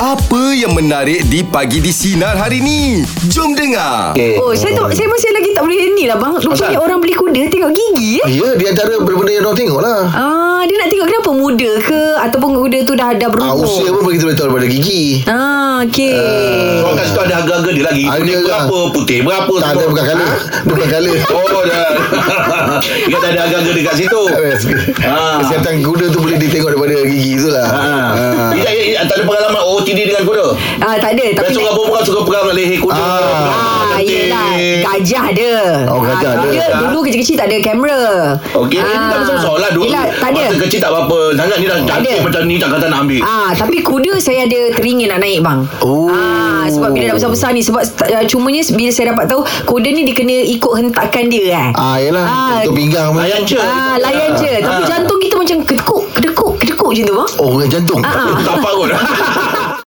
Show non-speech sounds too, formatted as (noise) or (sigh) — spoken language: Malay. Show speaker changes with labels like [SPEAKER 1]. [SPEAKER 1] Apa yang menarik di pagi di sinar hari ni? Jom dengar.
[SPEAKER 2] Okay.
[SPEAKER 3] Oh, saya tak, saya masih lagi tak boleh ni lah bang. Rupanya
[SPEAKER 2] Kenapa?
[SPEAKER 3] orang beli kuda tengok gigi eh.
[SPEAKER 2] Ya, di antara benda-benda yang orang tengok lah.
[SPEAKER 3] Ah, dia nak tengok kenapa muda ke ataupun kuda tu dah dah
[SPEAKER 2] Ah,
[SPEAKER 3] berumur.
[SPEAKER 2] usia pun begitu betul pada gigi.
[SPEAKER 3] Ah, okey.
[SPEAKER 4] Kau kat situ ada harga-harga dia lagi.
[SPEAKER 2] Ada
[SPEAKER 4] Kuning
[SPEAKER 2] lah.
[SPEAKER 4] berapa, putih berapa.
[SPEAKER 2] Tak ada
[SPEAKER 4] semua.
[SPEAKER 2] bukan kala. Bukan kala.
[SPEAKER 4] (laughs) Oh
[SPEAKER 2] (laughs)
[SPEAKER 4] dah. Dia tak ada harga-harga dekat situ. Ah.
[SPEAKER 2] Kesihatan kuda tu boleh ditengok daripada gigi tu lah.
[SPEAKER 4] Ha.
[SPEAKER 2] Ah.
[SPEAKER 4] Ijat, Ijat, tak ada pengalaman OOTD dengan kuda.
[SPEAKER 3] Ah, tak ada tapi
[SPEAKER 4] Biasa orang perempuan suka pegang leher kuda.
[SPEAKER 2] Ah.
[SPEAKER 3] Ah, yelah Gajah ada
[SPEAKER 2] Oh, gajah ada.
[SPEAKER 3] dia Dulu kecil-kecil tak ada kamera
[SPEAKER 4] Okey, ini tak masalah lah dulu.
[SPEAKER 3] Ah. Yelah, tak ada
[SPEAKER 4] Masa kecil tak apa-apa. Sangat ni dah cantik
[SPEAKER 3] ada.
[SPEAKER 4] macam ni tak kata nak ambil. (laughs)
[SPEAKER 3] Ah, tapi kuda saya ada teringin nak naik bang.
[SPEAKER 2] Oh.
[SPEAKER 3] Ah, sebab bila dah besar-besar ni sebab uh, cumanya bila saya dapat tahu kuda ni dia kena ikut hentakan dia eh.
[SPEAKER 2] Ah, yelah.
[SPEAKER 3] Ah.
[SPEAKER 2] Untuk pinggang pun.
[SPEAKER 4] Layan je.
[SPEAKER 3] Ah, layan je. Tapi
[SPEAKER 4] Ah.
[SPEAKER 3] jantung kita macam kedekuk, kedekuk, kedekuk macam tu bang.
[SPEAKER 2] Oh, dengan jantung.
[SPEAKER 3] Ah, ah. (laughs)
[SPEAKER 4] Tak apa kot.